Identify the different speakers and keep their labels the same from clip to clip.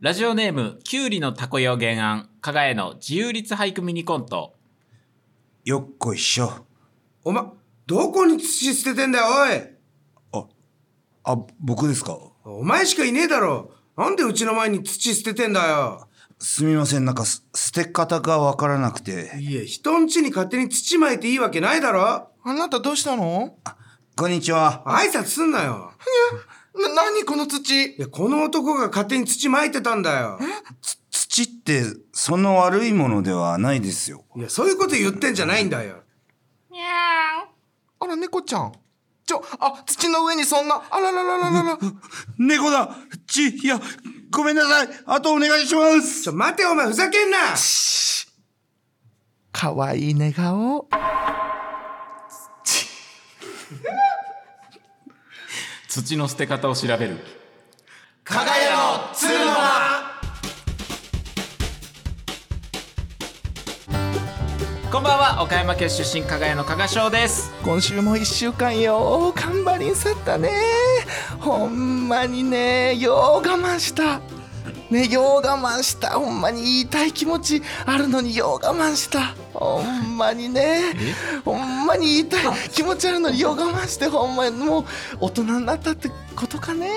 Speaker 1: ラジオネーム、きゅうりのたこよ原案、加賀への自由律俳句ミニコント。
Speaker 2: よっこいしょ。
Speaker 3: おま、どこに土捨ててんだよ、おい
Speaker 2: あ、僕ですか
Speaker 3: お前しかいねえだろなんでうちの前に土捨ててんだよ
Speaker 2: すみません、なんかす捨て方がわからなくて。
Speaker 3: いや、人ん家に勝手に土撒いていいわけないだろ
Speaker 4: あなたどうしたの
Speaker 2: こんにちは。
Speaker 3: 挨拶すんなよ
Speaker 4: な、なにこの土
Speaker 3: いや、この男が勝手に土撒いてたんだよ
Speaker 2: つ土って、その悪いものではないですよ。
Speaker 3: いや、そういうこと言ってんじゃないんだよ
Speaker 4: あら、猫ちゃん。ちょ、あ、土の上にそんな、あらららららら。
Speaker 2: 猫だち、いや、ごめんなさい。あとお願いします
Speaker 3: ちょ、待てよお前ふざけんな
Speaker 4: かわいい寝顔。
Speaker 1: 土の捨て方を調べる。
Speaker 3: 加賀屋の鶴の間
Speaker 1: こんばんは、岡山県出身、加賀屋の加賀翔です。
Speaker 4: 今週も一週間よう、頑張りんさったね。ほんまにね、よう我慢した。ね、よう我慢した。ほんまに言いたい気持ちあるのによう我慢した。ほんまにね、ほんまに言いたい気持ちあるのによう我慢して、ほんまにもう大人になったってことかね。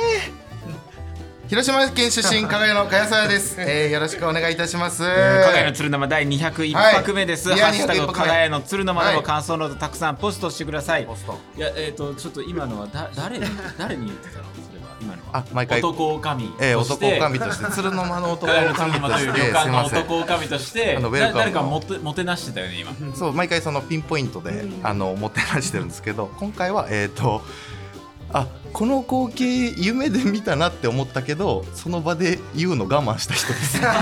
Speaker 4: 広島県出身、加賀屋の加谷さや です、えー。よろしくお願いいたします。
Speaker 1: 加賀屋の鶴生第201拍目です。
Speaker 4: はいいや
Speaker 1: ハッシュタ
Speaker 4: 201
Speaker 1: グ、
Speaker 4: 拍目
Speaker 1: 加賀屋の鶴生で
Speaker 4: は
Speaker 1: も
Speaker 4: い
Speaker 1: 感想などたくさんポストしてください。
Speaker 4: スト
Speaker 1: いや、えっ、と、ちょっと今のは、だ、誰、誰に言ってたのそれは、今のは。
Speaker 4: あ毎回
Speaker 1: 男女
Speaker 4: えー、
Speaker 1: として
Speaker 4: 男女として鶴の間の男
Speaker 1: 加賀屋の
Speaker 4: 女
Speaker 1: 鶴生
Speaker 4: と
Speaker 1: とい
Speaker 4: し
Speaker 1: う旅
Speaker 4: てすい
Speaker 1: 館の
Speaker 4: ませ
Speaker 1: 男
Speaker 4: ん
Speaker 1: 女として、
Speaker 4: あ
Speaker 1: だ
Speaker 4: のウェルカムの
Speaker 1: 誰かもて、もてなしてたよね、今。
Speaker 4: そう毎回そのピンポイントであのもてなしてるんですけど今回はえっ、とあこの光景夢で見たなって思ったけどその場で言うの我慢した人で す違いま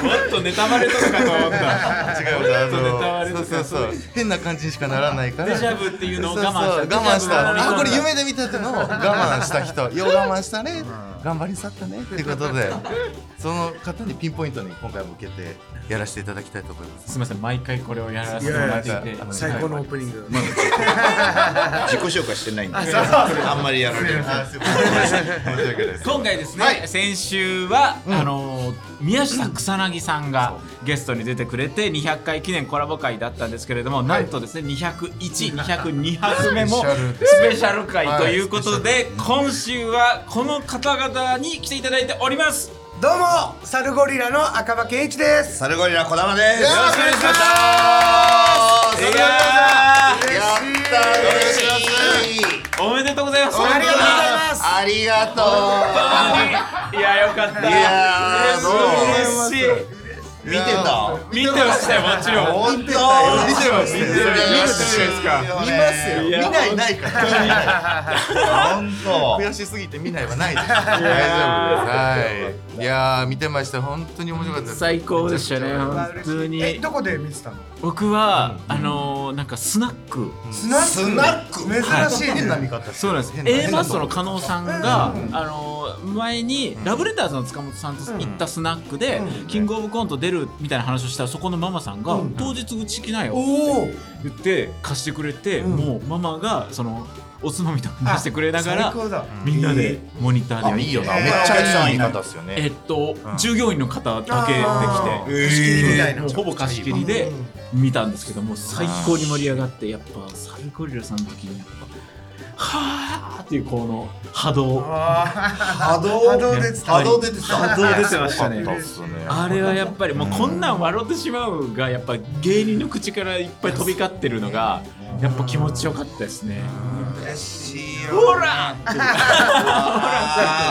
Speaker 4: す
Speaker 1: もっとネタバレとかかと思った。
Speaker 4: あ
Speaker 1: ネタバレ
Speaker 4: の
Speaker 1: とか
Speaker 4: そうそうそう変な感じにしかならないから
Speaker 1: デジャブっていうのを
Speaker 4: そうそう
Speaker 1: 我慢した
Speaker 4: 我慢
Speaker 1: デ
Speaker 4: し
Speaker 1: ジャブを飲み込ん
Speaker 4: た
Speaker 1: だ
Speaker 4: あこれ夢で見たってのを我慢し た人よう我慢したね頑張り去ったねってことでその方にピンポイントに今回向けてやらせていただきたいと思います
Speaker 1: すみません、毎回これをやらせてもらってい
Speaker 4: いやい
Speaker 1: て
Speaker 4: や。
Speaker 3: 最高のオープニング
Speaker 5: 自己紹介してないんであんまりやられる
Speaker 4: あすいません申し訳ないです
Speaker 1: 今回ですね、先週は、あのー宮下草薙さんがゲストに出てくれて200回記念コラボ会だったんですけれども、なんとですね201202発目も
Speaker 4: ス
Speaker 1: スペ
Speaker 4: ペシャルで
Speaker 1: シャル会ということで、今週はこの方々に来ていただいておりますよ
Speaker 3: どうもサルゴリラの赤羽健一です
Speaker 5: サルゴリラ小玉です
Speaker 1: ろしくお願いしますいや
Speaker 5: いやーやったー嬉しい
Speaker 1: ーおめでとうございます
Speaker 3: ありがとうございま
Speaker 5: あ
Speaker 3: す
Speaker 5: りがと
Speaker 1: いやよかった
Speaker 5: ういやーど
Speaker 1: 嬉しいう
Speaker 5: 見てた
Speaker 1: 見てましたよもちろん
Speaker 5: 本当
Speaker 1: 見てます見てます見てるですか
Speaker 5: 見ますよ
Speaker 1: いや
Speaker 4: 見ないないから
Speaker 5: 本当
Speaker 4: 悔しすぎて見ないはないです大丈夫ですはいいやー見てました本当に面白かったです
Speaker 1: 最高でしたね本当
Speaker 3: え、
Speaker 1: に
Speaker 3: どこで見てたの
Speaker 1: 僕は、あのー、なんかスナック、
Speaker 3: スナック
Speaker 5: スナック
Speaker 3: 珍しいね
Speaker 4: 変な見方
Speaker 1: そうなんです
Speaker 4: 変
Speaker 1: A マ
Speaker 4: な
Speaker 1: ストの加納さんが、あのー前にラブレターズの塚本さんと行ったスナックで、キングオブコント出るみたいな話をしたらそこのママさんが、当日うち来なよ
Speaker 3: おお
Speaker 1: 言って貸してくれて、もうママがそのおつまみとか出してくれなが
Speaker 3: 最
Speaker 1: ら
Speaker 3: 高だ
Speaker 1: みんなでモニターで
Speaker 4: あ
Speaker 1: 見
Speaker 4: い
Speaker 1: て
Speaker 4: いよな
Speaker 3: えー
Speaker 4: めっちゃいい
Speaker 5: 言い
Speaker 4: な
Speaker 5: 方っすよね
Speaker 1: えっと、従業員の方だけで
Speaker 3: あ
Speaker 1: 来て
Speaker 3: ー仕切りみたいな
Speaker 1: もうほぼ貸し切りで見たんですけども最高に盛り上がってやっぱサルゴリラさんの時にやっぱはーっていうこの波動
Speaker 5: 波動
Speaker 3: 波動出てた
Speaker 5: 波動出てた
Speaker 1: 波動出てましたね
Speaker 5: そうっすね
Speaker 1: あれはやっぱりもうこんなん笑ってしまうがやっぱ芸人の口からいっぱい飛び交ってるのがやっぱ気持ちよかったですね
Speaker 5: 嬉しい
Speaker 1: ほら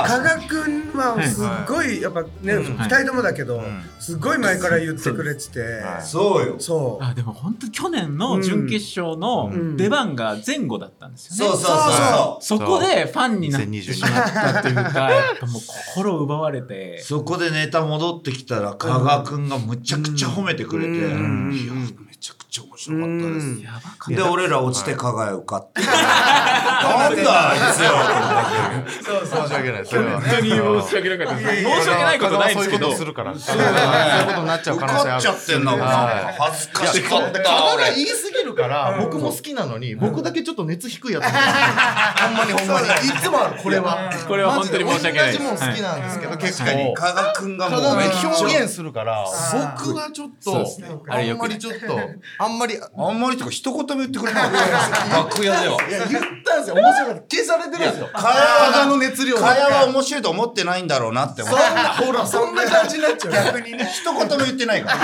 Speaker 3: 加賀くんはすっごいやっぱね
Speaker 1: はい
Speaker 3: 二人ともだけどすっごい前から言ってくれてて
Speaker 5: そうよ
Speaker 3: そう
Speaker 1: あでも本当去年の準決勝の出番が前後だったんですよね、
Speaker 5: そうそうそ
Speaker 1: そこでファンになってしまったというか、やっぱもう心奪われて
Speaker 5: う。そこでネタ戻ってきたら加賀くんがむちゃくちゃ褒めてくれていや
Speaker 3: うん
Speaker 5: めちゃくちゃ面白かったです
Speaker 1: やばかった。
Speaker 5: で、俺ら落ちて加賀へ受かって。なんだあいつよ。
Speaker 4: 申し訳ないそれは
Speaker 1: 本当にもう申し訳なかったです申し訳ないことないんですけど
Speaker 6: そういうことするから。そういうことになっちゃう
Speaker 5: 受
Speaker 6: 可能性
Speaker 5: か
Speaker 6: あ
Speaker 5: っ
Speaker 6: る
Speaker 5: ちゃってんな、
Speaker 6: はい
Speaker 5: 恥ずかしかっ
Speaker 4: た
Speaker 5: た
Speaker 4: だが
Speaker 5: 俺
Speaker 4: 言いすぎるから、僕も好きなのに、僕だけちょっと熱低いやつなんですよ。 ほんまにほんまに。いつもある、これは。
Speaker 1: これは本当に申し訳ないで
Speaker 4: マジ
Speaker 1: す
Speaker 4: で同じもん好きなんですけど、結
Speaker 5: 確かに加賀君がもうめっち
Speaker 4: 構。
Speaker 5: ゃ
Speaker 4: 表現するから、僕はちょっと、
Speaker 1: あれ
Speaker 4: あ
Speaker 1: よ
Speaker 4: ん
Speaker 1: く
Speaker 4: ま
Speaker 1: ない
Speaker 4: りちょっと、あんまり、いや、
Speaker 5: あんまりとか一言も言ってくれない楽屋では
Speaker 4: 言ったんですよ。面白かった。消されてるんですよ。
Speaker 5: 加賀
Speaker 4: 体
Speaker 5: の
Speaker 4: の熱量
Speaker 5: 加
Speaker 4: が。
Speaker 5: 賀は面白いと思ってないんだろうなって思う
Speaker 4: そんな、ほら、そんな感じになっちゃう。逆にね。
Speaker 5: 一言も言ってないから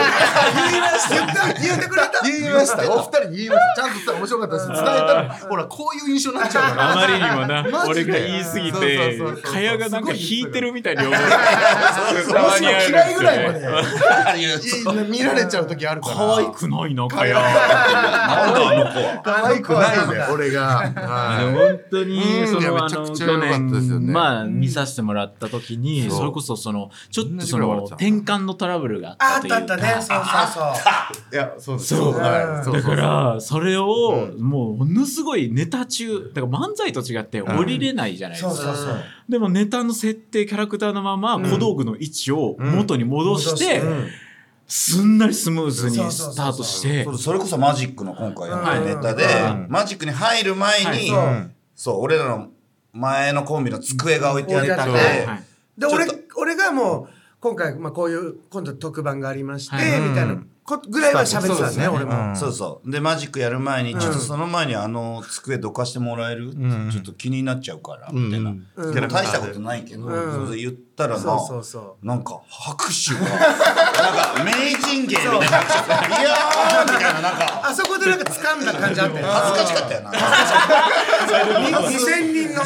Speaker 4: 言ってくれた言いましたお二人に言いましたちゃんと言ったら面白かったです伝えたらほらこういう印象になっちゃうから
Speaker 1: あまりにもな
Speaker 4: マジ
Speaker 1: 俺
Speaker 4: で
Speaker 1: が言いすぎ
Speaker 4: そうそうそう
Speaker 1: て
Speaker 4: そう
Speaker 1: かやがなんか引いてるみたいに思う
Speaker 4: そうむしろ嫌いぐらいまでい い見られちゃう時あるから
Speaker 1: 可愛くないなかや
Speaker 5: なんだあの子は
Speaker 4: 可愛くないね俺がはい
Speaker 1: 本当に
Speaker 6: うん
Speaker 1: そ
Speaker 6: いや
Speaker 1: の
Speaker 6: め
Speaker 1: あ
Speaker 6: ちゃく
Speaker 1: の
Speaker 6: ちゃ良
Speaker 1: 去
Speaker 6: かったですよね
Speaker 1: 年まあ見させてもらった時にそれこそそのちょっとその転換のトラブルがあ
Speaker 3: あ
Speaker 1: っ
Speaker 3: った
Speaker 1: と
Speaker 3: た
Speaker 1: いうか
Speaker 3: あったね。そうそうそう。
Speaker 6: いや、そうです。
Speaker 1: そう
Speaker 6: はいそう
Speaker 1: だか
Speaker 6: そうそう。
Speaker 1: らそれをもうものすごいネタ中だから漫才と違って降りれないじゃないです
Speaker 3: そう
Speaker 1: か
Speaker 3: そうそう。
Speaker 1: でもネタの設定キャラクターのまま小道具の位置を元に戻してすんなりスムーズにスタートして
Speaker 5: それそれこそマジックの今回やったネタで
Speaker 1: うん
Speaker 5: マジックに入る前に
Speaker 3: はい
Speaker 5: うんそう俺らの前のコンビの机が置いてあって
Speaker 3: 置いて
Speaker 1: はい
Speaker 5: ち
Speaker 3: で、
Speaker 5: ょっ
Speaker 3: 俺
Speaker 5: と、
Speaker 3: 俺がもう、今回、まあこういう、今度特番がありまして、
Speaker 1: はい
Speaker 3: みたいなこぐらいは喋ってたんね、俺も。
Speaker 6: うん
Speaker 5: そうそう。で、マジックやる前に、ちょっとその前にあの机どかしてもらえる、ちょっと気になっちゃうから、みたいな。
Speaker 3: うん
Speaker 5: でも大したことないけど、
Speaker 3: ん
Speaker 5: それで言ったらな、
Speaker 3: そうそうそ
Speaker 5: なんか拍手が、なんか名人芸みたいな拍手が、いやーみたいな、なんか
Speaker 3: あそこでなんか掴んだ感じあったよね。
Speaker 5: 恥ずかしかったよな。
Speaker 3: に2000人の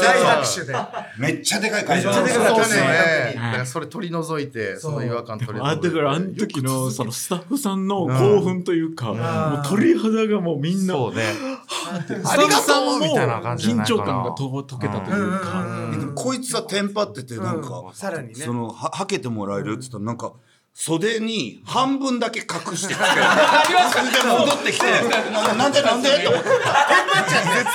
Speaker 3: 大拍手で。
Speaker 5: めっちゃでかい会場
Speaker 3: めっちゃでかいそう
Speaker 4: そうで
Speaker 3: ですす
Speaker 4: ね
Speaker 3: ね
Speaker 4: だからそれ取り除いてその違和感取り除
Speaker 1: あ
Speaker 4: いて
Speaker 1: だからあの時のそのスタッフさんの興奮というか、もう鳥肌がもうみんな
Speaker 6: そうね。
Speaker 1: スタッフさんも
Speaker 6: みたいな感じじゃ
Speaker 1: 緊
Speaker 6: ないか
Speaker 1: 張
Speaker 6: な
Speaker 1: 感がと解けたというか、
Speaker 5: でもこいつはテンパってて、なんか、
Speaker 3: うんさらにね
Speaker 5: その、は、はけてもらえるっつったら、なんか、袖に半分だけ隠してきて、で戻ってきて、ななんでなんでって思って。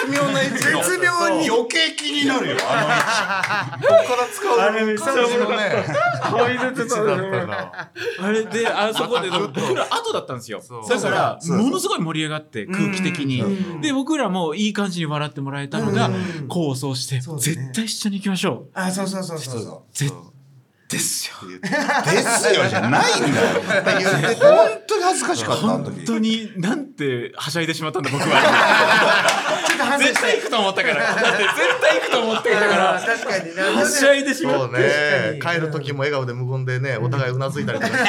Speaker 4: 絶妙な位置
Speaker 3: 絶妙に。
Speaker 5: 余計気になるよ、あの
Speaker 1: あれめっちゃ面白かっ
Speaker 4: ね
Speaker 1: た
Speaker 6: だったな。
Speaker 1: あれであそこで僕ら後だったんですよ
Speaker 6: そう
Speaker 1: だからものすごい盛り上がって空気的にで僕らもいい感じに笑ってもらえたのが構想して
Speaker 3: そうだね
Speaker 1: 絶対一緒に行きましょう
Speaker 3: あ、そうそうそうそうそう。
Speaker 1: 絶ですよ
Speaker 5: ですよじゃないんだよ。本当に恥ずかしかった、あの
Speaker 1: 本
Speaker 5: 時。
Speaker 1: 当になんてはしゃいでしまったんだ僕は
Speaker 3: ちょっと反省し
Speaker 1: 絶対行くと思ったからだって絶対行くと思ってたから
Speaker 3: た。確かにな。
Speaker 1: はしゃいでしま
Speaker 4: そ
Speaker 1: っ
Speaker 4: う
Speaker 1: て
Speaker 4: ね帰る時も笑顔で無言でねお互いうなずいたりとかして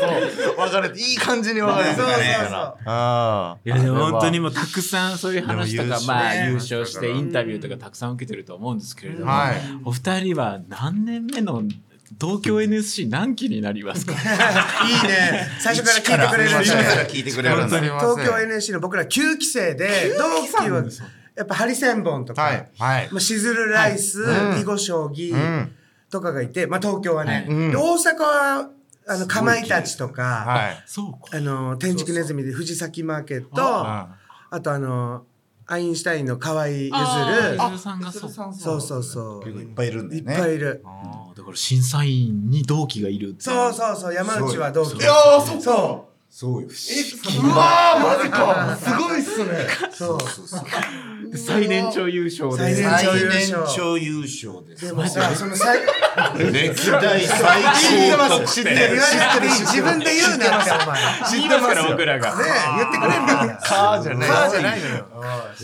Speaker 4: そう別れていい感じに別れて
Speaker 3: そうそう
Speaker 6: ああ。
Speaker 1: いやでも本当にもうたくさんそういう話と
Speaker 6: でも優
Speaker 1: か
Speaker 6: 勝
Speaker 1: まあ
Speaker 6: ね
Speaker 1: 優勝してインタビューとかたくさん受けてると思うんですけれども
Speaker 6: はい
Speaker 1: お二人は何年目の東京 NSC 何期になり ますか
Speaker 3: そう。いいね。最初から聞いてくれるん
Speaker 5: 一
Speaker 3: だね
Speaker 5: から聞いてくれるんだ。
Speaker 3: 東京 NSC の僕ら9期生で、同期は、やっぱハリセンボンとか、
Speaker 6: はい。はい。
Speaker 3: まあ、しずるライス、囲碁将棋とかがいて、まあ、東京はね、で大阪はあのかまいたちとか、
Speaker 6: はい。
Speaker 1: そうか
Speaker 3: あの天竺ネズミで藤崎マーケットあとあのアインシュタインの河合ゆずる
Speaker 1: ゆずるさんがそう
Speaker 3: そうそうそう
Speaker 5: いっぱいいるんだ
Speaker 3: いっ
Speaker 5: よ
Speaker 3: ぱい
Speaker 5: ね。
Speaker 3: いる、
Speaker 1: あーだから審査員に同期がいるって
Speaker 3: そうそうそう山内は同期
Speaker 4: いやーそっか
Speaker 5: そうよ。
Speaker 4: うわーマジかすごいっすね
Speaker 3: そう
Speaker 1: 最年長優勝
Speaker 3: 最
Speaker 1: で
Speaker 3: 年
Speaker 5: 最年長優勝です
Speaker 3: で。もさその最
Speaker 5: 歴代最高得
Speaker 4: 知って
Speaker 3: 言わ
Speaker 4: る
Speaker 3: なくていい自分で言うなってお前
Speaker 1: 知ってますから僕らが
Speaker 3: ねえ言ってくれんだから
Speaker 4: カーじゃない
Speaker 3: カーじゃないのよ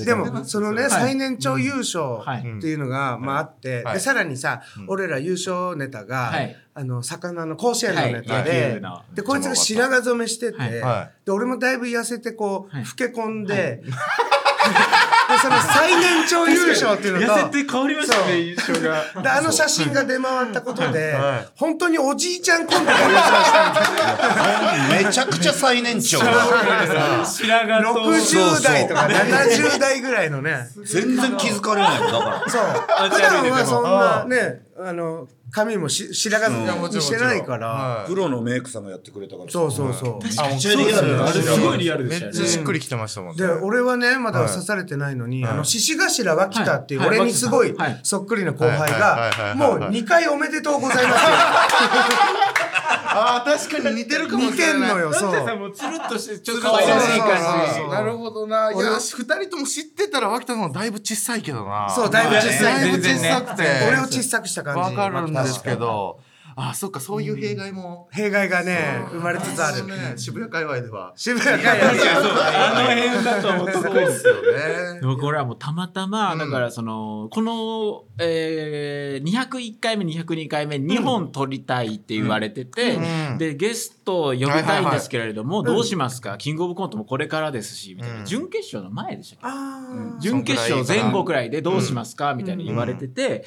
Speaker 3: でもそのね最年長優勝っていうのがまああって
Speaker 6: はい
Speaker 3: でさらにさ俺ら優勝ネタが
Speaker 1: はい
Speaker 3: あの魚の甲子園のネタ
Speaker 1: はい野球
Speaker 3: で
Speaker 1: の
Speaker 3: でこいつが白髪染めしてて
Speaker 1: はい
Speaker 6: は
Speaker 3: で俺もだいぶ痩せてこう
Speaker 1: はい
Speaker 3: 老け込んででその最年長優勝っていうの
Speaker 1: 痩
Speaker 3: と
Speaker 1: せて変わりましたね優勝が
Speaker 3: であの写真が出回ったことで本当におじいちゃんコンビが優勝したみたいな
Speaker 5: めちゃくちゃ最年長。
Speaker 1: 白髪と
Speaker 3: 60代とか70代ぐらいのね
Speaker 5: 全然気づかれないよだから。
Speaker 3: そう。普段はそんなね、あの髪もし白髪
Speaker 5: うん
Speaker 3: にしてないから、
Speaker 5: プロのメイクさんがやってくれたから
Speaker 3: そうそうそう、
Speaker 6: あめっ
Speaker 5: ちゃリアルだ
Speaker 1: あれすごいリアルで
Speaker 6: め
Speaker 1: した
Speaker 6: っ
Speaker 1: よ
Speaker 6: ちゃしっ
Speaker 1: ね
Speaker 6: くりきてましたもんね
Speaker 3: で俺はねまだ
Speaker 6: はい
Speaker 3: 刺されてないのに、
Speaker 6: はい
Speaker 3: あの獅子頭脇田っていう、
Speaker 1: はいはい
Speaker 3: 俺にすごい
Speaker 1: はい
Speaker 3: そっくりな後輩
Speaker 6: はいはいはいは
Speaker 3: が
Speaker 6: い
Speaker 3: もう2回おめでとうございます
Speaker 6: あー確かに似てるか
Speaker 3: って
Speaker 6: も
Speaker 3: 似
Speaker 6: してれ
Speaker 3: ん
Speaker 6: ない
Speaker 3: のよそう
Speaker 1: もうつるっとしてちょっと
Speaker 6: 可
Speaker 1: 可
Speaker 6: 愛
Speaker 1: 愛
Speaker 6: ら
Speaker 1: ら
Speaker 6: し
Speaker 1: し
Speaker 6: い
Speaker 1: い
Speaker 6: 感
Speaker 1: 感
Speaker 6: じ
Speaker 1: じ
Speaker 6: なるほどない
Speaker 3: 俺
Speaker 6: や二人とも知ってたら脇田の方だいぶ小さいけどな
Speaker 3: そうだいぶ小さい
Speaker 6: だいぶ小
Speaker 1: 全
Speaker 6: さ
Speaker 1: 然
Speaker 6: くて
Speaker 3: 俺を小さくした感じ
Speaker 6: わかるんですけどあそっかそういう弊害も
Speaker 3: 弊害がね生まれつつある
Speaker 6: ね渋谷界隈では
Speaker 3: 渋谷かや
Speaker 1: あの辺だと思って
Speaker 6: そうですよね
Speaker 1: でもこれはもうたまたま、
Speaker 6: うん
Speaker 1: だからその、この、えー、201回目、202回目、2本撮りたいって言われてて、
Speaker 6: うん
Speaker 1: で、ゲストを呼びたいんですけれども、どうしますか、キングオブコントもこれからですし、みたいな、
Speaker 6: うん
Speaker 1: 準決勝の前でしたっけ
Speaker 3: あー
Speaker 1: 準決勝前後くらいでどうしますか、みたいに言われてて、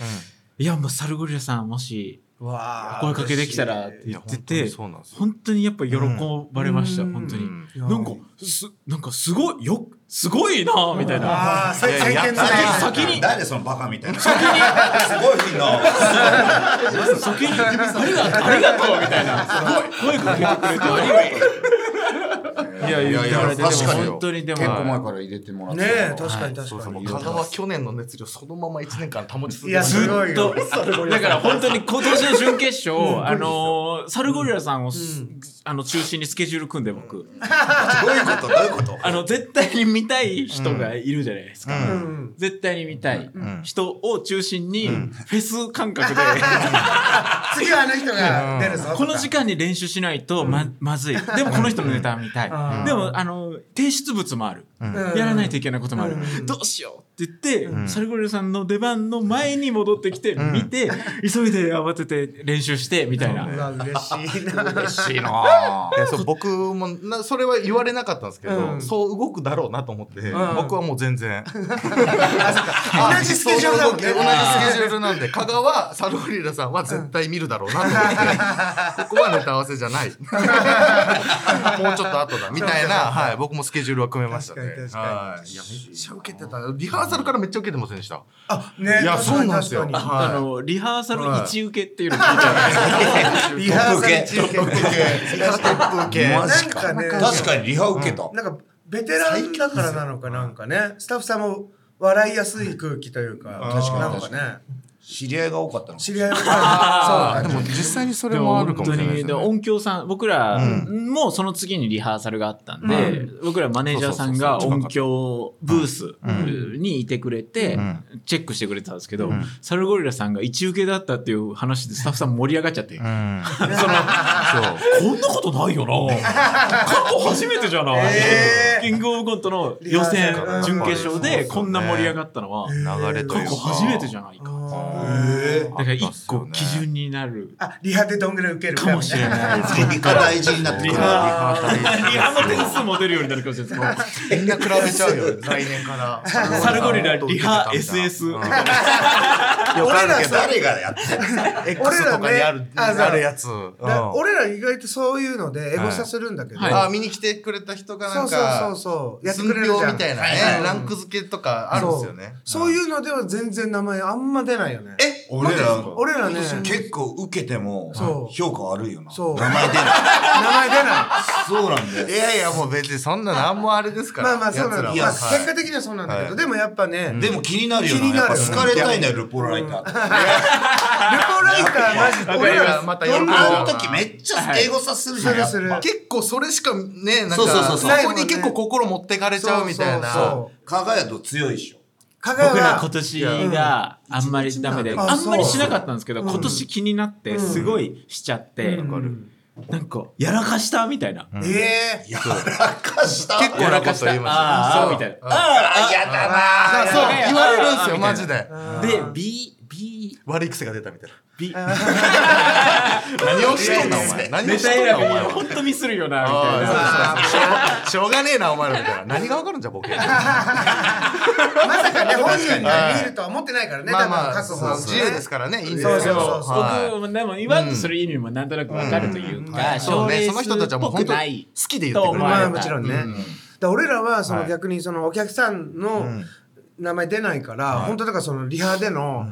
Speaker 1: いや、もうサルゴリラさん、もし、
Speaker 3: わ
Speaker 1: 声かけできたらって
Speaker 6: い
Speaker 1: 言
Speaker 6: や
Speaker 1: って
Speaker 6: 本当に
Speaker 1: て、
Speaker 6: そうなんですよ
Speaker 1: 本当にやっぱ喜ばれました、
Speaker 3: うん
Speaker 1: 本当
Speaker 6: う
Speaker 1: に。
Speaker 6: ん
Speaker 3: ー
Speaker 1: なんか、す、なんかすごい、よ、すごいなみたいな。
Speaker 3: ああ最最見だ
Speaker 1: いやいや
Speaker 3: ね
Speaker 1: 先に
Speaker 5: 誰そのバカみたいな先にすごいな
Speaker 1: 先に、ありがとう、ありがとう、みたいな。すごい、声かけてくれて、ありがとう。いやいやいや、
Speaker 6: 確かに
Speaker 1: 本当にでも、
Speaker 5: 結構前から入れてもらって
Speaker 3: ねえ確か
Speaker 1: は
Speaker 3: に
Speaker 1: い
Speaker 3: 確かに、
Speaker 6: 香川去年の熱量そのまま1年間保ち続
Speaker 3: い
Speaker 6: け
Speaker 3: や
Speaker 6: て
Speaker 3: すごい
Speaker 1: ずっ
Speaker 3: よ
Speaker 1: と、だから本当に今年の準決勝、あのー、サルゴリラさんをす、あの、中心にスケジュール組んで、僕。
Speaker 5: どういうことどういうこと
Speaker 1: あの、絶対に見たい人がいるじゃないですか。
Speaker 3: う
Speaker 6: うん
Speaker 3: ん
Speaker 1: 絶対に見たい人を中心に、
Speaker 6: ん
Speaker 1: フェス感覚で、
Speaker 3: 次はあの人が出るぞ
Speaker 1: この時間に練習しないとま,、まずい。でもこの人のネタは見たい。
Speaker 3: うん
Speaker 1: でも、あの、提出物もある。
Speaker 6: うん
Speaker 3: 間
Speaker 1: やらないといけないこともある。
Speaker 3: うん
Speaker 1: どうしようって言って、
Speaker 6: ん
Speaker 1: サルゴリラさんの出番の前に戻ってきて、
Speaker 6: ん
Speaker 1: 見て、急いで慌てて練習して、みたいな。
Speaker 3: うわ嬉しいな
Speaker 6: 嬉しいなぁいやそう僕もなそれは言われなかったんですけど、
Speaker 3: うん
Speaker 6: そう動くだろうなと思って、
Speaker 3: ん
Speaker 6: 僕はもう全然同
Speaker 3: 同じスケジュールだもんね
Speaker 6: 同じスケジュールなんで香川サルゴリラさんは絶対見るだろうなと思って、 ここはネタ合わせじゃ ないもうちょっと後だみたいな、はい、僕もスケジュールは組めました
Speaker 3: 確かに
Speaker 6: ね
Speaker 3: 確かに
Speaker 6: はい、いやめっちゃ受けてたリハーサルからめっちゃ受けてませんでした
Speaker 3: あね
Speaker 6: いやそうなんですよ
Speaker 3: 確かに
Speaker 1: あの、リハーサル一受けっていうのを聞いたんです
Speaker 3: リハーサル一受け
Speaker 6: リハーサル系
Speaker 5: マ
Speaker 3: なんかね
Speaker 5: 確かにリハ受けた
Speaker 3: なんかベテランだからなのかなんかねスタッフさんも笑いやすい空気というか
Speaker 5: 確かに
Speaker 3: なんかね
Speaker 5: 知り合いが多かったの
Speaker 3: 知り合いの
Speaker 6: あ
Speaker 3: 感
Speaker 6: ー
Speaker 3: じそ
Speaker 6: で
Speaker 3: う
Speaker 6: も
Speaker 3: だね
Speaker 6: 実際にそ
Speaker 1: で
Speaker 6: れ
Speaker 1: も
Speaker 6: もある
Speaker 1: 本
Speaker 6: かもし
Speaker 1: 当
Speaker 6: れないで
Speaker 1: に、
Speaker 6: す
Speaker 1: で
Speaker 6: よね
Speaker 1: 音響さん、僕ら、もうその次にリハーサルがあったんで、僕らマネージャーさんが
Speaker 6: そうそうそう
Speaker 1: 音響ブースにいてくれて、
Speaker 6: ん
Speaker 1: チェックしてくれてたんですけど、サルゴリラさんが一受けだったっていう話でスタッフさん盛り上がっちゃって、
Speaker 6: うん
Speaker 1: その、こんなことないよな。過去初めてじゃない。
Speaker 3: えー
Speaker 1: キングオブコントの予選
Speaker 3: リハーサル、
Speaker 1: 準決勝でこんな盛り上がったのは、
Speaker 6: 流れと
Speaker 1: 過
Speaker 6: いう
Speaker 1: 去
Speaker 6: か
Speaker 1: 初めてじゃないか。
Speaker 3: あ
Speaker 1: だから一個基準になる
Speaker 3: ーあリハでどんぐらい受ける
Speaker 1: かもしれ
Speaker 3: い
Speaker 1: ない。
Speaker 5: 理科大事になってくる
Speaker 1: リハの点数も出るようになるかもしれないです。
Speaker 6: みんな比べちゃうよ 来 年から
Speaker 1: サルゴリラリハ SS
Speaker 6: よくあるけど
Speaker 5: 誰がやってた
Speaker 6: X とかに
Speaker 3: 俺
Speaker 6: ある
Speaker 3: らねあ
Speaker 6: あるやつうん
Speaker 3: 俺ら意外とそういうのでエゴサするんだけど
Speaker 1: はい
Speaker 6: あ見に来てくれた人がな
Speaker 3: そ
Speaker 6: ん
Speaker 3: うそうそうそ
Speaker 6: か
Speaker 3: うやって
Speaker 6: 寸
Speaker 3: くれるじゃん
Speaker 6: 評みたいな
Speaker 3: はいは
Speaker 6: ね
Speaker 3: い
Speaker 6: ランク付けとかあるんですよね
Speaker 3: そういうのでは全然名前あんま出ないよね
Speaker 6: え
Speaker 5: 俺ら
Speaker 3: 俺らね
Speaker 5: 結構受けても
Speaker 3: そう
Speaker 5: 評価悪いよな
Speaker 3: そう
Speaker 5: 名前出ない
Speaker 3: 名前出ない
Speaker 5: そうなんだよ
Speaker 6: いやいやもう別にそんななんもあれですから
Speaker 3: まあまあそうなんだ
Speaker 6: やつらはい
Speaker 3: や結果的にはそうなんだけどでもやっぱねル
Speaker 5: でも気になるよ
Speaker 3: 気に
Speaker 5: な
Speaker 3: なる
Speaker 5: やっぱ好かれたいんだよルポライターって
Speaker 3: ポライターマジで俺ら
Speaker 6: また
Speaker 3: どん
Speaker 5: あ
Speaker 3: な
Speaker 5: の時めっちゃ英語さするじ
Speaker 3: す
Speaker 5: ゃん
Speaker 3: る
Speaker 5: やっ
Speaker 3: する
Speaker 5: ぱ
Speaker 6: 結構それしかねなんか
Speaker 5: そうそうそう
Speaker 6: そ
Speaker 5: そう
Speaker 6: こに結構心持ってかれちゃうみたい
Speaker 3: そうそう
Speaker 6: な
Speaker 3: そう
Speaker 5: 加賀屋と強いでしょ
Speaker 3: 香川
Speaker 1: 僕ら今年があんまりダメで、
Speaker 3: うん
Speaker 1: あ
Speaker 3: あ
Speaker 1: ん
Speaker 3: そう
Speaker 1: まりしなかったんですけど、今年気になってすごいしちゃって、なんかやらかしたみたいな。
Speaker 3: ええ
Speaker 5: やらかした
Speaker 6: 結構なこと言いました
Speaker 1: あーあー
Speaker 6: そう
Speaker 1: みたいな。
Speaker 5: あやだな
Speaker 6: あそう
Speaker 1: あー
Speaker 6: 言われるんです
Speaker 1: あー
Speaker 6: よマジで
Speaker 1: で、B、B、
Speaker 6: 悪い癖が出たみたいな
Speaker 1: B、
Speaker 6: 何をしとんだお前何を
Speaker 1: ネ
Speaker 6: し
Speaker 1: タ
Speaker 6: とん
Speaker 1: 選
Speaker 6: だお
Speaker 1: び
Speaker 6: 前
Speaker 1: を
Speaker 6: は
Speaker 1: 本当ミスるよな、みたいな。
Speaker 6: あーそうそうそうしょうしょうがねえなお前らみたいな何がわかるんじゃボケま
Speaker 3: まさかね本人が見るとは思ってないからね
Speaker 6: あ
Speaker 3: 多分
Speaker 6: まあ
Speaker 3: 確
Speaker 6: そう
Speaker 3: 保
Speaker 6: 自由ですからねいいんです
Speaker 3: そう
Speaker 6: け
Speaker 3: そう
Speaker 6: ど
Speaker 3: そうそう
Speaker 6: はい
Speaker 1: 僕でも言わんとする意味もなんとなくわかるというか、
Speaker 6: そ
Speaker 1: 賞
Speaker 6: う
Speaker 1: レー
Speaker 6: ねその人たち
Speaker 1: ス
Speaker 6: は
Speaker 1: っ
Speaker 6: もう
Speaker 1: ぽく
Speaker 6: 本当
Speaker 1: な
Speaker 6: に
Speaker 1: い。
Speaker 6: 好きで言って
Speaker 1: と
Speaker 6: くれ
Speaker 1: 思われ
Speaker 3: まあ
Speaker 6: る
Speaker 1: た
Speaker 3: もちろん
Speaker 6: う
Speaker 3: ね
Speaker 6: ん
Speaker 3: だから俺らはそ
Speaker 6: は
Speaker 3: の
Speaker 6: い
Speaker 3: 逆にそのお客さんの名前出ないから本当だからそのリハでの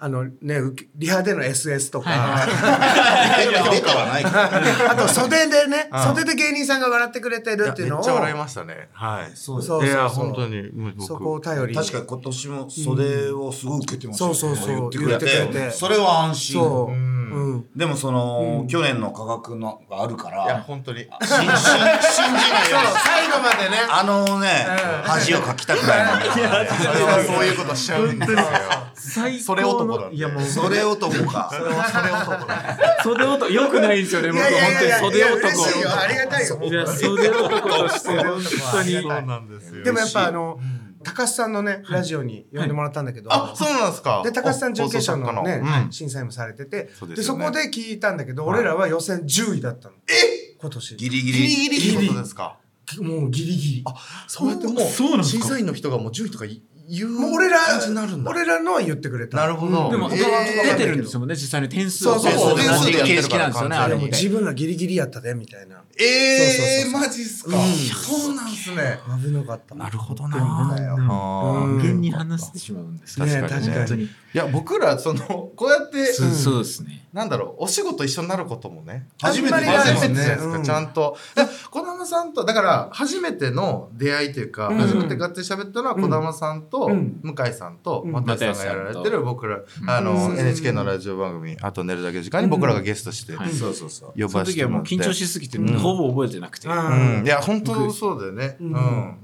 Speaker 3: あのね、受けリハでの SS とか、
Speaker 5: 評価はないけど
Speaker 3: あと袖でね、袖で芸人さんが笑ってくれてるっていう
Speaker 6: め
Speaker 3: の
Speaker 6: っ
Speaker 3: を、
Speaker 6: ちゃ笑いましたね。はい。
Speaker 3: そうそうそう
Speaker 6: いや、本当に、もう僕
Speaker 3: そこを頼りに。
Speaker 5: 確かに今年も袖をすごく受けてましたよね
Speaker 3: そうそうそう
Speaker 5: 言ってく
Speaker 3: 言
Speaker 5: れ
Speaker 3: ってくれ
Speaker 5: て
Speaker 3: て
Speaker 5: それは安心
Speaker 3: そう。うん。
Speaker 5: でもその去年の価格のがあるか
Speaker 6: いや、
Speaker 5: ら
Speaker 6: 本当に。
Speaker 5: 信じ信じないよ
Speaker 6: 最後までね。
Speaker 5: あのね恥をかきたくないの
Speaker 6: それはそういうことしちゃうんですよ。
Speaker 1: 最
Speaker 6: それ
Speaker 1: 高
Speaker 6: 男
Speaker 1: の
Speaker 6: だ
Speaker 1: いやもう
Speaker 5: それ男か
Speaker 6: それはそれ男だね。
Speaker 1: 袖男よくないんですよね僕
Speaker 3: いやいやいやいや
Speaker 1: 本当に袖男
Speaker 3: 嬉しいよありがたいよ
Speaker 1: いや袖男として本当に
Speaker 6: そうなんですよ。
Speaker 3: でもやっぱあの、高須さんのね、ラジオに呼んでもらったんだけど、
Speaker 6: あ、そうなんですか。
Speaker 3: で、高須さん準決勝のね、
Speaker 6: うん
Speaker 3: 審査員もされてて、
Speaker 6: そう
Speaker 3: で
Speaker 6: ですよ
Speaker 3: そ
Speaker 6: ね
Speaker 3: こで聞いたんだけど、俺らは予選10位だったの。え今年。
Speaker 5: ギリギ
Speaker 6: ギリ
Speaker 5: リ
Speaker 6: ギリってことですか。
Speaker 3: もうギリギリ。
Speaker 6: そうやっても
Speaker 1: そうなん
Speaker 6: う
Speaker 1: ですか
Speaker 6: 審査員の人がもう10位とか言う
Speaker 3: もう俺ら
Speaker 6: 感じになるん、だ。
Speaker 3: 俺らのは言ってくれた。
Speaker 6: なるほど。
Speaker 1: でも
Speaker 6: え
Speaker 1: 出
Speaker 6: ー
Speaker 1: てるんですもんね実際に点数
Speaker 3: そうそうそう
Speaker 1: 同じ
Speaker 6: 点数でやって
Speaker 1: 形
Speaker 6: る
Speaker 1: 式
Speaker 6: から
Speaker 1: なんですよね
Speaker 6: 完
Speaker 1: あ
Speaker 6: 全
Speaker 1: れ
Speaker 6: に
Speaker 3: も
Speaker 1: も
Speaker 3: う自分らギリギリやったで、みたいな。そうそうそう
Speaker 6: えー、
Speaker 3: そう
Speaker 6: マジっすか。そうなんすね。
Speaker 3: 危なかった。
Speaker 6: なるほどな。
Speaker 3: うん
Speaker 1: 無限に話してしまうんです
Speaker 3: ね
Speaker 6: 確か
Speaker 3: 確
Speaker 6: にね
Speaker 3: かに。
Speaker 6: いや、僕ら、その、こうやって、
Speaker 1: そうそうですね
Speaker 6: なんだろう、お仕事一緒になることもね、
Speaker 5: 初めて
Speaker 3: あんまりない
Speaker 6: 初めてじゃないです
Speaker 3: う
Speaker 6: か、
Speaker 3: ん
Speaker 6: ちゃんと。だから児玉さんと、だから、初めての出会いというか、
Speaker 3: うん
Speaker 6: 初めてがっつり喋ったのは、児玉さんと、
Speaker 3: うん
Speaker 6: 向井さんと、
Speaker 3: うん
Speaker 6: 又吉さんがやられてる、僕ら、あ
Speaker 3: う
Speaker 6: の、
Speaker 3: ん
Speaker 6: NHK のラジオ番組、あと寝るだけの時間に僕らがゲストして、
Speaker 1: はい
Speaker 5: そうそうそう
Speaker 6: 呼
Speaker 1: そ
Speaker 6: ば
Speaker 1: の
Speaker 6: せ
Speaker 1: 時
Speaker 6: て
Speaker 1: はも
Speaker 6: も
Speaker 1: う
Speaker 6: らって。
Speaker 1: 緊張しすぎてほぼ覚えてなくて
Speaker 3: うん
Speaker 6: うん、いや、本当そうだよね。うん。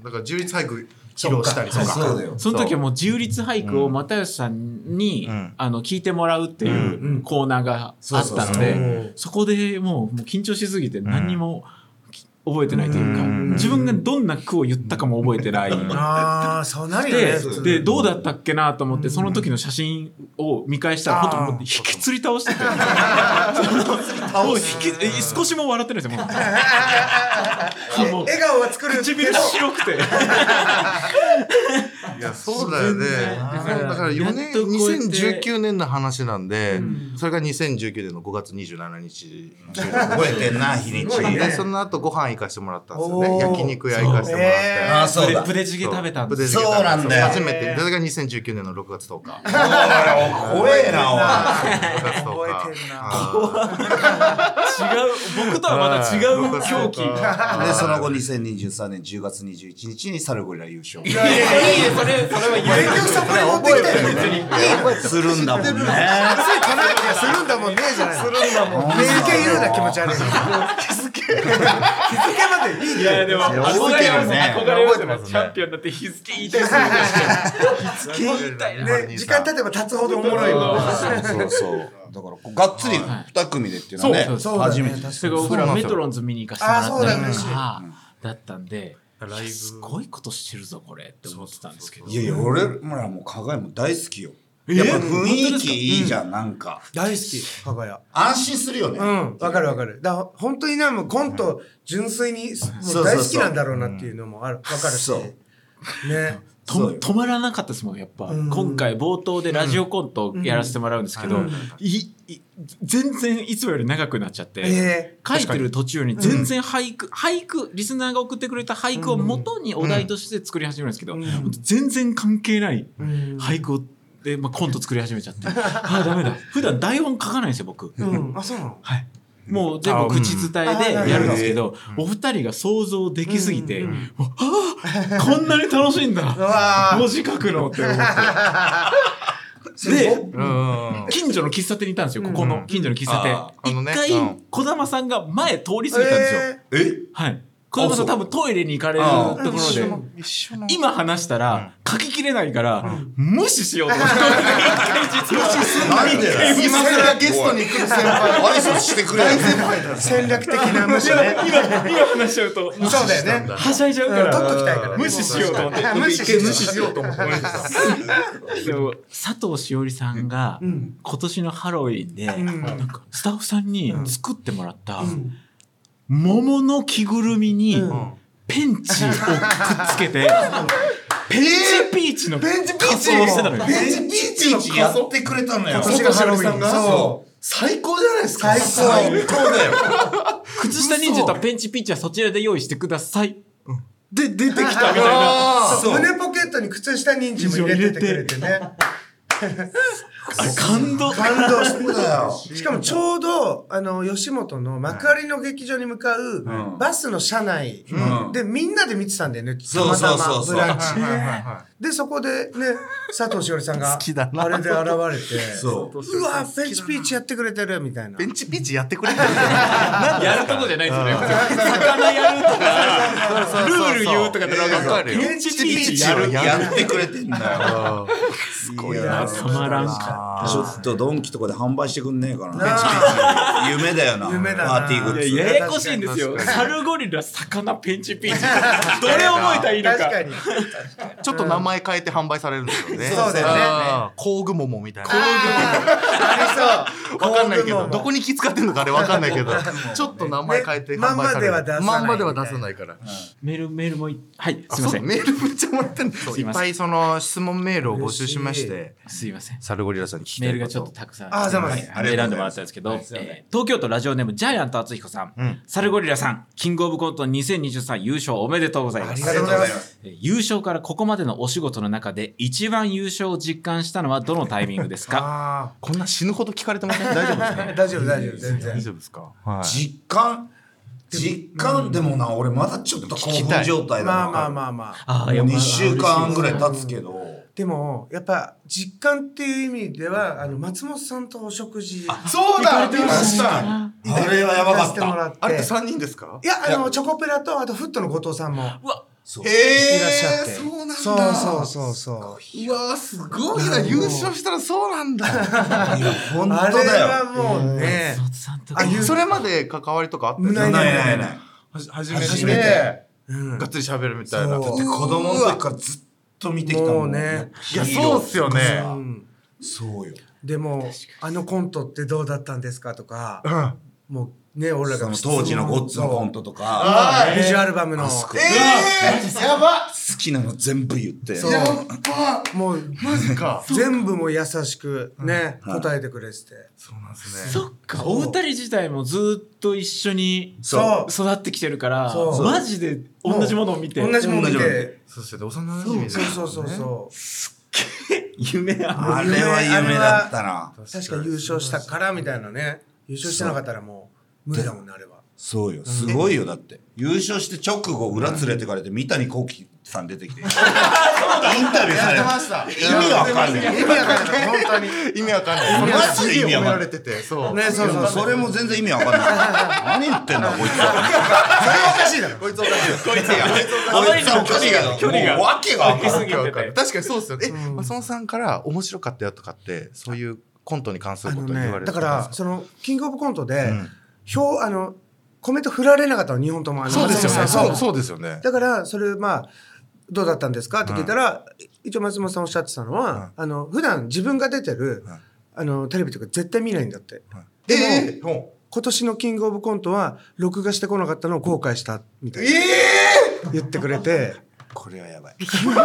Speaker 6: だから、11細工披露したりとか。
Speaker 5: そうだよ
Speaker 1: その時はもう自由律俳句を又吉さんに、
Speaker 6: うん
Speaker 1: あの聞いてもらうっていううコーナーがあったの
Speaker 5: そうそう
Speaker 1: でそこでもうもう緊張しすぎて何にもき覚えてないというか自分がどんな句を言ったかも覚えてない。
Speaker 3: ああ、そうなるよね
Speaker 1: で
Speaker 3: 普通。
Speaker 1: でどうだったっけなと思ってその時の写真を見返したら
Speaker 3: うん
Speaker 1: 本当もう引きつり倒 しててもう引きえ少しも笑ってないですよもうもう
Speaker 3: 笑顔は作るけ
Speaker 1: 唇
Speaker 3: ど、
Speaker 1: 白くて。
Speaker 6: いや、そうだよね。だ
Speaker 1: 然
Speaker 6: からだから4年、
Speaker 1: やっと超えて
Speaker 6: 2019年の話なんで、それが2019年の5月27日。
Speaker 5: 覚えてんな日にち
Speaker 3: すごいね
Speaker 6: で、その後ご飯行かしてもらったんですよね。
Speaker 3: おー
Speaker 6: 焼肉屋行かしてもらって。
Speaker 3: そう
Speaker 5: ああそうだ
Speaker 1: プレチゲ食べたん
Speaker 6: プ
Speaker 1: で
Speaker 6: レ
Speaker 1: す
Speaker 6: ゼント
Speaker 5: そうなんだよ
Speaker 6: 初めて。それが2019年の6月10日。
Speaker 5: おい怖えなおい
Speaker 6: 6月10日
Speaker 3: 覚えてんな
Speaker 6: は
Speaker 1: 違う僕とはまた違う狂気。
Speaker 5: で、その後2023年10月21日にサルゴリラ優勝。
Speaker 1: いやいやいや、それ、それは言
Speaker 3: 結局そこに持ってきたよね。
Speaker 5: するんだもんね。
Speaker 3: 叶えてするんだもんねじゃないするんだもんね日付言うな気持ち悪い日付までいい
Speaker 1: いや、でも、
Speaker 5: 覚えてるね
Speaker 1: 憧れます
Speaker 6: 覚えてますね
Speaker 1: チャンピオンだって日付言いたいですよね。
Speaker 6: い
Speaker 3: ね時間経てば経つほどおもろいもん
Speaker 5: そうそう。だからこう、がっつり2組でっていうのはね、
Speaker 1: そう
Speaker 3: そうだね
Speaker 5: 初めて。
Speaker 1: それが僕らメトロンズ見に行かせてもらったりとか、だったんで、
Speaker 6: ライブ
Speaker 1: すごいことしてるぞ、これって思ってたんですけど。
Speaker 5: いやいや、俺らもう加賀屋も大好きよ。やっぱ雰囲気いいじゃん、なんか。
Speaker 3: 大好き加賀屋
Speaker 5: 安心するよね。
Speaker 3: うんわかるわかるだから本当になもうコント純粋にも
Speaker 5: そうう
Speaker 3: 大好きなんだろうなっていうのもあるわかるし
Speaker 5: そう
Speaker 3: ね
Speaker 5: そ
Speaker 1: と
Speaker 5: うよ
Speaker 1: 止まらなかったですもんやっぱ、今回冒頭でラジオコントをやらせてもらうんですけど、いい全然いつもより長くなっちゃって、
Speaker 3: え
Speaker 1: 書いてる途中に全然俳句、俳句リスナーが送ってくれた俳句を元にお題として作り始めるんですけど、全然関係ない俳句をで、まあ、コント作り始めちゃって、ああダメだ普段台本書かないんですよ僕。
Speaker 3: うんあそうなの
Speaker 1: はい。もう全部口伝えでやるんですけど、お二人が想像できすぎて、もうああこんなに楽しいんだ
Speaker 3: わ
Speaker 1: 文字書くのって思 って。で、
Speaker 6: うん。
Speaker 1: 近所の喫茶店にいたんですよ、ここの近所の喫茶
Speaker 5: あ
Speaker 6: ーあの
Speaker 1: 店。
Speaker 6: ね
Speaker 1: 一
Speaker 6: う
Speaker 1: 回
Speaker 6: ん、
Speaker 1: 児玉さんが前通り過ぎたんですよ。
Speaker 3: え
Speaker 5: え
Speaker 1: はい。児玉さん
Speaker 5: あそ
Speaker 1: 多
Speaker 5: う
Speaker 1: 分トイレに行かれる
Speaker 5: あ
Speaker 1: ところで、
Speaker 6: 一緒の
Speaker 1: 今話したら書ききれないから、無視しようと思って。一回実は
Speaker 5: なんで だよ
Speaker 6: 今からゲストに来る先輩。
Speaker 5: 挨拶してくれよ。
Speaker 3: 戦略的な無視ね
Speaker 1: 今、今話しちゃうと、
Speaker 3: そうだよね
Speaker 1: はしゃいじゃうか
Speaker 3: 取っと
Speaker 1: ら、
Speaker 3: きたいからね
Speaker 1: 無視しようと思って。
Speaker 3: 無視し
Speaker 6: 無視
Speaker 3: よ
Speaker 6: しようと思って。
Speaker 1: でも佐藤しおりさんが今年のハロウィンでなんかスタッフさんに作ってもらった桃の着ぐるみにペンチをくっつけ てペンチピーチの
Speaker 3: ベンチピー
Speaker 1: 仮
Speaker 3: チ
Speaker 1: 装をしてたのよ。
Speaker 3: ベンチピーチの
Speaker 5: やってくれたのよ。
Speaker 3: 今年がハロウィンそう
Speaker 6: 最高じゃないですか。
Speaker 3: 最高
Speaker 5: 最高だよ。
Speaker 1: 靴下忍者とペンチピーチはそちらで用意してください。で、出てきたみたいな。
Speaker 3: そう胸ポケットに靴下人参も入れててくれてね。
Speaker 1: あ感動
Speaker 3: 感動し
Speaker 5: そうだよ。
Speaker 3: しかもちょうど、あの、吉本の幕張の劇場に向かう
Speaker 5: うん
Speaker 3: バスの車内
Speaker 5: うん
Speaker 3: でみんなで見てたんだよね。た
Speaker 5: そ
Speaker 3: ま
Speaker 5: うそ
Speaker 3: た
Speaker 5: うそ
Speaker 3: ま
Speaker 5: うそう
Speaker 3: ブラ ンチ。
Speaker 6: はいはいは
Speaker 3: で、そこでね、佐藤しおりさんが
Speaker 4: 好きだ、な
Speaker 3: あれで現れて、
Speaker 5: そう。
Speaker 3: うわ、フェンチピーチやってくれてるみたいな。
Speaker 6: いベンチピーチやってくれてる
Speaker 1: やるとこじゃないですよね。魚やるとか、ルール言うとかってなんか、
Speaker 6: わかるよ
Speaker 1: ベンチピーチ
Speaker 5: や
Speaker 1: やる
Speaker 5: る、。やってくれてん だよ。すごいな。
Speaker 1: たまらんか
Speaker 5: ちょっとドンキとかで販売してくんねえか
Speaker 3: な
Speaker 5: な。夢だよな。
Speaker 3: 夢だな
Speaker 5: パーティーグ
Speaker 1: った。
Speaker 5: ッ
Speaker 1: い
Speaker 5: ズ。
Speaker 1: や、ややこしいんですよ。サルゴリラ、魚、ペンチピーチ。どれ覚えたらいいの
Speaker 3: 確
Speaker 1: か。
Speaker 3: かに。
Speaker 6: ちょっと名前変えて販売されるんですよね
Speaker 3: そうだよね
Speaker 6: ね工具桃みたいな
Speaker 3: ありそう。
Speaker 6: わかんないけど、
Speaker 3: 工具
Speaker 6: ど
Speaker 3: も
Speaker 6: こに気使ってんのかあれわかんないけど、 ちょっと名前変えて販売される。
Speaker 3: ねまんまでは出さない
Speaker 6: まんまでは出さないから。
Speaker 1: メール、メールもい、はい、
Speaker 6: あ
Speaker 1: すいませ。
Speaker 6: そうんメールめっちゃもらってんの。
Speaker 1: すい
Speaker 6: い
Speaker 1: ま
Speaker 6: っ
Speaker 1: せん
Speaker 6: ぱいその質問メールを募集しまして、
Speaker 1: すいません。
Speaker 6: サルゴリラさんに聞きたい
Speaker 1: メ
Speaker 6: こ
Speaker 1: ールがちょっとたくさん
Speaker 3: あざます
Speaker 1: はいありがとうございます選んでもらったんですけど、えー東京都ラジオネームジャイアント厚彦さん、
Speaker 6: ん
Speaker 1: サルゴリラさんキングオブコント2023優勝おめでとうございます
Speaker 3: ありがとうございます。
Speaker 1: えー優勝からここまでのお仕事の中で一番優勝を実感したのはどのタイミングですか
Speaker 3: あ
Speaker 6: こんな死ぬほど聞かれてません。 大丈夫です
Speaker 3: あ、
Speaker 6: ね。
Speaker 3: 大丈夫、大丈夫、全
Speaker 6: 大
Speaker 3: 然。
Speaker 6: 丈夫ですか。はい。
Speaker 5: 実感実感でもな、俺まだちょっと興
Speaker 6: 聞きた
Speaker 5: 奮
Speaker 6: い
Speaker 5: 状態だ
Speaker 3: まあまあ
Speaker 5: あ。
Speaker 3: まあまあ。
Speaker 1: あ
Speaker 5: もう
Speaker 1: やっぱ
Speaker 5: 2週間ぐらい経つけど。
Speaker 3: でも、やっぱ、実感っていう意味では、あの、松本さんとお食事、
Speaker 2: そうだ見ました
Speaker 5: あれはやばか
Speaker 3: さ
Speaker 5: っ
Speaker 3: せてもら
Speaker 5: た。
Speaker 3: って。
Speaker 6: あれって三人ですか
Speaker 3: い。や、あの、チョコプラと、あと、フットの後藤さんもいらっ
Speaker 5: そう
Speaker 3: しゃって。
Speaker 6: えーそうなんだ
Speaker 3: そうそうそうそう
Speaker 6: わーすごいな優勝したらそうなん だ。
Speaker 5: 本
Speaker 3: う。
Speaker 5: 当
Speaker 3: あれ
Speaker 5: だよ。
Speaker 3: はもうね、
Speaker 1: 松本さんと
Speaker 3: あゆ
Speaker 6: それまで関わりとかあったんです
Speaker 3: な
Speaker 5: ないい
Speaker 3: な
Speaker 5: ないいないい
Speaker 3: なな。
Speaker 5: ないい。
Speaker 6: 初めて。
Speaker 5: 初めて。
Speaker 3: うん
Speaker 6: がっつり喋るみたいな。
Speaker 3: そう
Speaker 5: 子供の時からずっと見てきた
Speaker 3: も
Speaker 5: も
Speaker 3: うんね。
Speaker 6: いやそうっすよね
Speaker 3: う
Speaker 5: うんそうよ。
Speaker 3: でも、あのコントってどうだったんですかとか、
Speaker 6: うん。
Speaker 3: もうね、俺ら
Speaker 5: そ
Speaker 3: が
Speaker 5: の当時のゴッツのコン
Speaker 3: ト。
Speaker 5: トとか、
Speaker 3: そうビジュアルバムの。
Speaker 5: えやば好きなの全部言って。
Speaker 3: そうもう、
Speaker 6: か。
Speaker 3: 全部もう優しくね、答えてくれてて。
Speaker 6: そうなんですね。
Speaker 1: そっかお二人自体もずっと一緒に
Speaker 5: そう
Speaker 1: 育ってきてるから
Speaker 3: そう
Speaker 1: マジで同じものを見て
Speaker 3: 同じもの
Speaker 5: 同じもの
Speaker 3: で。
Speaker 6: そうですよね。幼馴
Speaker 3: そ
Speaker 6: 染み
Speaker 3: う
Speaker 6: ですよね
Speaker 3: そうそうそう。
Speaker 1: 夢あ
Speaker 5: あれは夢だったな。
Speaker 3: 確か優勝したからみたいなね優勝してなかったらもう無理だもんねあれは
Speaker 5: そうよ。すごいよ、だって。優勝して直後、裏連れてかれて、三谷幸喜さん出てきて。インタビューされてました。意味わかんない。
Speaker 6: 意味わかんない。本当に意味わかんない。
Speaker 5: マジで意味わかんない
Speaker 6: 褒められてて、そう。
Speaker 3: ねそうそうそ
Speaker 5: そ
Speaker 3: れ
Speaker 5: れも全然意味わかんない。何言ってんだ、こいつは。
Speaker 3: はおかしいだろ
Speaker 6: こいつおかしい。こいつ
Speaker 5: こいつはおかしいけど、
Speaker 1: 距離が
Speaker 5: もう訳がわかんない。
Speaker 1: すぎてて
Speaker 6: 確かにそうですよね。え、松本さんから面白かったよとかって、そういうコントに関す
Speaker 3: あ
Speaker 6: るこ
Speaker 3: の
Speaker 6: とを言わ
Speaker 3: ね
Speaker 6: れる
Speaker 3: だ
Speaker 6: と
Speaker 3: からそのキングオブコントで表あのコメント振られなかったの日本ともあの
Speaker 6: そうですよね。
Speaker 3: 松本さん
Speaker 6: そう、そうですよね。
Speaker 3: だからそれまあどうだったんですかって聞いたら、一応松本さんおっしゃってたのは、あの普段自分が出てる、あのテレビとか絶対見ないんだって、でも、
Speaker 6: えーうん
Speaker 3: 今年のキングオブコントは録画してこなかったのを後悔したみたいな、言ってくれて
Speaker 5: これはやばい。
Speaker 3: これは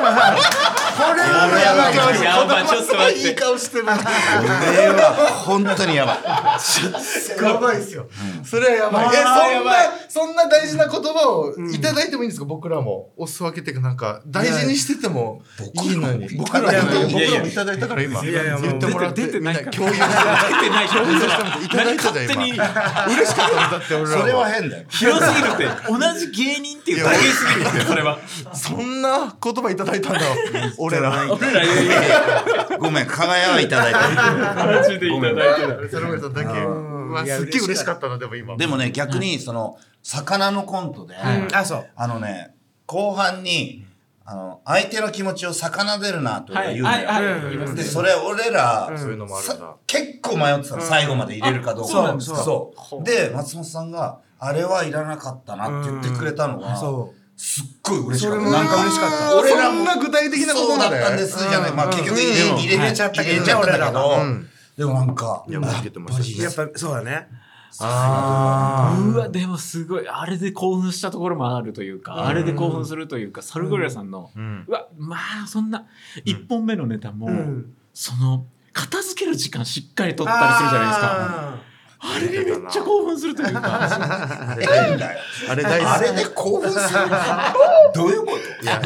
Speaker 3: やばいよ
Speaker 1: やばいちょっと待って
Speaker 6: 顔してる。
Speaker 5: これは本当にやばい。
Speaker 6: やばいですよ。それはやばい。え、そんな、そんな大事な言葉をいただいてもいいんですか僕らも。お裾分けっていうか、なんか、大事にしててもいいのに。僕ら
Speaker 5: いやいや
Speaker 6: も、僕らもいただいたから今。
Speaker 3: いやいやもう
Speaker 6: 言ってもらって。
Speaker 1: 出てないから
Speaker 6: みん共有して。
Speaker 1: 出てない人
Speaker 6: 共有してもらっていただいたじゃん
Speaker 1: 勝手に
Speaker 6: 今。嬉しかったもんだって俺らも。
Speaker 5: それは変だよ。
Speaker 1: 広すぎるって同じ芸人っていうだけすぎるってそれ は
Speaker 6: そんな言葉いただいたんだ。俺ら。
Speaker 1: 俺らいやい
Speaker 5: ごめん、輝はいただいた。
Speaker 1: やマジでいただいてた
Speaker 6: サルゴリラさんだけ。うわ
Speaker 3: いや
Speaker 6: すっげえ嬉しかったな、でも今。
Speaker 5: でもね、逆に、その、魚のコントで、
Speaker 3: あそう
Speaker 5: あのね、後半に、あの、相手の気持ちを魚出るなとか
Speaker 1: は
Speaker 5: 言う
Speaker 1: い
Speaker 5: のよ。
Speaker 1: はいはい言います
Speaker 5: で、
Speaker 1: ね
Speaker 5: それ俺ら、
Speaker 6: そういうのもあるんだ
Speaker 5: さ。結構迷ってたの、最後まで入れるかどうか。
Speaker 1: あそうなんですか
Speaker 5: そうで、松本さんが、あれはいらなかったなって言ってくれたのが、
Speaker 3: そ
Speaker 5: すっごい嬉しかった。
Speaker 3: それも
Speaker 5: なんか嬉しかった。俺ら
Speaker 6: そん
Speaker 5: も
Speaker 6: な具体的なこ
Speaker 5: そ
Speaker 6: と
Speaker 5: う
Speaker 6: ま
Speaker 5: だ
Speaker 6: で
Speaker 5: ったんですじゃない。まあ結局入れ入れちゃったけど。
Speaker 3: 入
Speaker 5: 入れ
Speaker 3: れち
Speaker 5: ち
Speaker 3: ゃ
Speaker 5: ゃ
Speaker 3: っ
Speaker 5: ったた
Speaker 3: け
Speaker 5: け
Speaker 3: ど
Speaker 5: ど
Speaker 6: うん、
Speaker 5: でもなんか、
Speaker 6: いや受けてましたし
Speaker 3: う。やっぱそうだね。
Speaker 6: あ
Speaker 1: うわでもすごいあれで興奮したところもあるというか、あれで興奮するというかサルゴリラさんの、うわまあそんな1本目のネタも、
Speaker 3: ん
Speaker 1: その片付ける時間しっかり取ったりするじゃないですかあれでめっちゃ興奮するという か
Speaker 5: 変だよ。
Speaker 6: あれ大好き
Speaker 5: あ。れで興奮するどういうこと
Speaker 6: いや、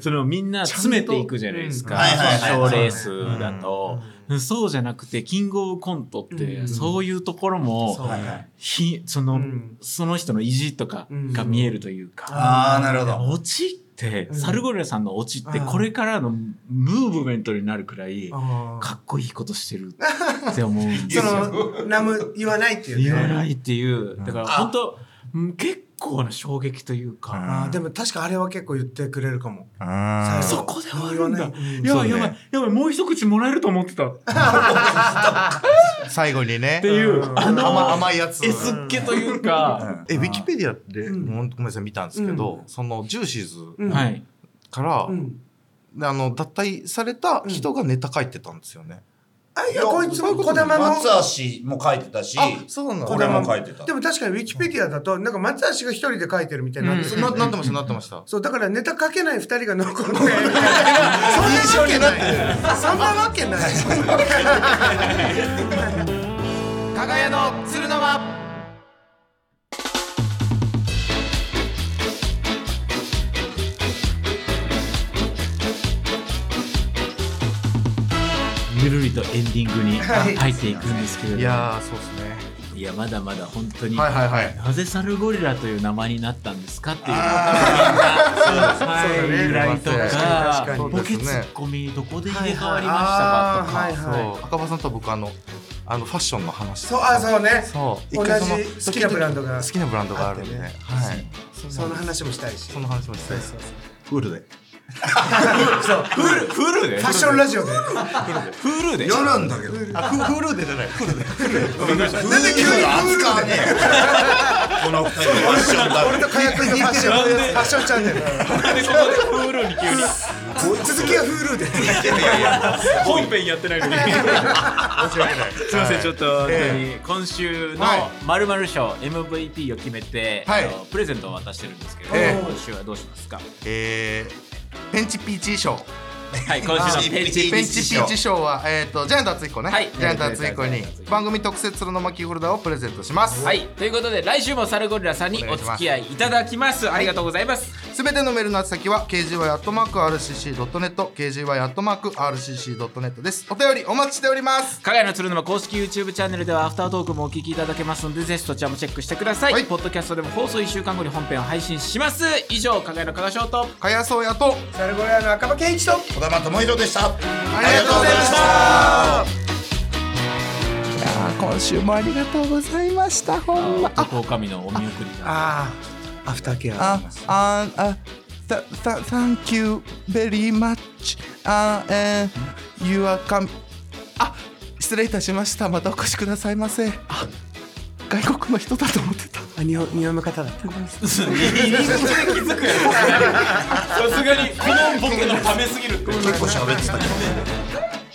Speaker 1: そのみんな詰めていくじゃないですか
Speaker 5: ちゃんとうんはいはいはい
Speaker 1: 賞レースだと、そうじゃなくてキングオブコントってそういうところも、
Speaker 3: そう
Speaker 1: ひその、
Speaker 3: うん
Speaker 1: その人の意地とかが見えるというか、
Speaker 5: ああ、なるほど。
Speaker 1: オチって、
Speaker 3: うん
Speaker 1: サルゴリラさんのオチって
Speaker 3: うん
Speaker 1: これからのムーブメントになるくらい
Speaker 3: あ
Speaker 1: かっこいいことしてるって思うんで
Speaker 3: ー
Speaker 1: すよ
Speaker 3: その、何も言わないっていうね。
Speaker 1: 言わないっていうだから本当うん結構な衝撃というか、
Speaker 3: あーでも確かあれは結構言ってくれるかも。
Speaker 6: あ
Speaker 3: 最
Speaker 1: そ
Speaker 3: 後
Speaker 1: こで終わるんだ、
Speaker 3: 何も言わないうん
Speaker 1: やばいや
Speaker 6: そうね
Speaker 1: ばいやばいもう一口もらえると思ってたっ
Speaker 6: ー最後にね
Speaker 1: ていう、あ
Speaker 6: 甘
Speaker 1: の
Speaker 6: 甘いやつ
Speaker 1: えすっげというか、
Speaker 6: えウィキペディアで
Speaker 3: うん
Speaker 6: ごめんなさい見たんですけどそのジューシーズ
Speaker 3: うん
Speaker 1: は。い
Speaker 6: から
Speaker 3: うん。
Speaker 6: あの脱退された人がネタ書いてたんですよね
Speaker 3: あ、いや、こいつも、こだまも
Speaker 5: 松。橋も書いてたし、
Speaker 6: そうな
Speaker 5: これも書いてた
Speaker 3: で。も確かにウィキペディアだと、なんか松橋が一人で書いてるみたいになんですよ
Speaker 6: ななってましたなってました
Speaker 3: そう、だからネタ書けない二人が残ってるみたいな。そんなわけない。そんなわけない。
Speaker 6: 加賀屋の鶴の間
Speaker 1: ゆるりとエンディングに入っていくんですけれども
Speaker 6: いやーそうですね
Speaker 1: いやまだまだ本当に、
Speaker 6: はいはいはい
Speaker 1: なぜサルゴリラという名前になったんですかっていうの
Speaker 6: そうだね
Speaker 1: がライとか
Speaker 6: 確
Speaker 3: かに確かに
Speaker 1: ボケツッコミどこで入れ替わりましたかとか、
Speaker 3: はい
Speaker 6: そ
Speaker 3: は
Speaker 6: う赤羽さんと僕あのあのファッションの話
Speaker 3: そう、あ、そうね。
Speaker 6: そう
Speaker 3: 同
Speaker 6: 一
Speaker 3: じ
Speaker 6: 回その
Speaker 3: 好きなブランドが
Speaker 6: 好きなブランドがあるんで
Speaker 3: あって
Speaker 6: は
Speaker 3: ね
Speaker 6: い
Speaker 3: その話もしたいし。
Speaker 6: その話もしたいです
Speaker 5: フルで。
Speaker 1: フルフルで
Speaker 3: ファッションラジオで。
Speaker 1: フルで
Speaker 5: やるんだけど。
Speaker 6: あフフルーでじゃないフルーで
Speaker 5: なんで急に扱わねえよこの二人ファッションだ
Speaker 3: 俺と火薬のファッション、ファッションチャンネル。
Speaker 1: でここでフルに急に
Speaker 3: 続きは Hulu で。
Speaker 1: 本編やってないのに
Speaker 6: 申し訳ないす
Speaker 1: すいませんちょっと本当に今週のまるまる賞 MVP を決めて、
Speaker 6: はい
Speaker 1: あのプレゼントを渡してるんですけど、
Speaker 6: ええ
Speaker 1: 今週はどうしますか
Speaker 6: えーペンチピーチ賞
Speaker 1: はい今週のペンチ
Speaker 6: ペ
Speaker 1: ペ
Speaker 6: ン
Speaker 1: ン
Speaker 6: チ
Speaker 1: チ
Speaker 6: ピーチ賞は、えー、とジャイアント厚彦ね、
Speaker 1: はい
Speaker 6: ジャイアント厚彦に番組特設の巻きフォルダをプレゼントします、
Speaker 1: はい、ということで来週もサルゴリラさんにお付き合いいただきますありがとうございます、
Speaker 6: すべてのメールの宛先は kgy.rcc.net kgy.rcc.net ですお便りお待ちしております
Speaker 1: 加賀谷の鶴沼公式 YouTube チャンネルではアフタートークもお聞きいただけますのでぜひそちらもチェックしてください、
Speaker 6: はい
Speaker 1: ポッドキャストでも放送1週間後に本編を配信します以上加賀谷の加賀翔と
Speaker 6: かやそうやと
Speaker 3: サルゴリラの赤羽健一と。
Speaker 5: 小玉智弘でしたあ
Speaker 6: ありがとうございました
Speaker 4: 今週もありがとうございましたほんま
Speaker 1: 男神のお見送りが
Speaker 3: ああ、アフターケア。
Speaker 4: あああ th th thank you very much あえー、you are com あ失礼いたしましたまたお越しくださいませあ外国の人だと思ってた
Speaker 3: あ日本、日本の方だった。
Speaker 1: さすがにこの僕のためすぎるって
Speaker 5: 結構喋ってたけどね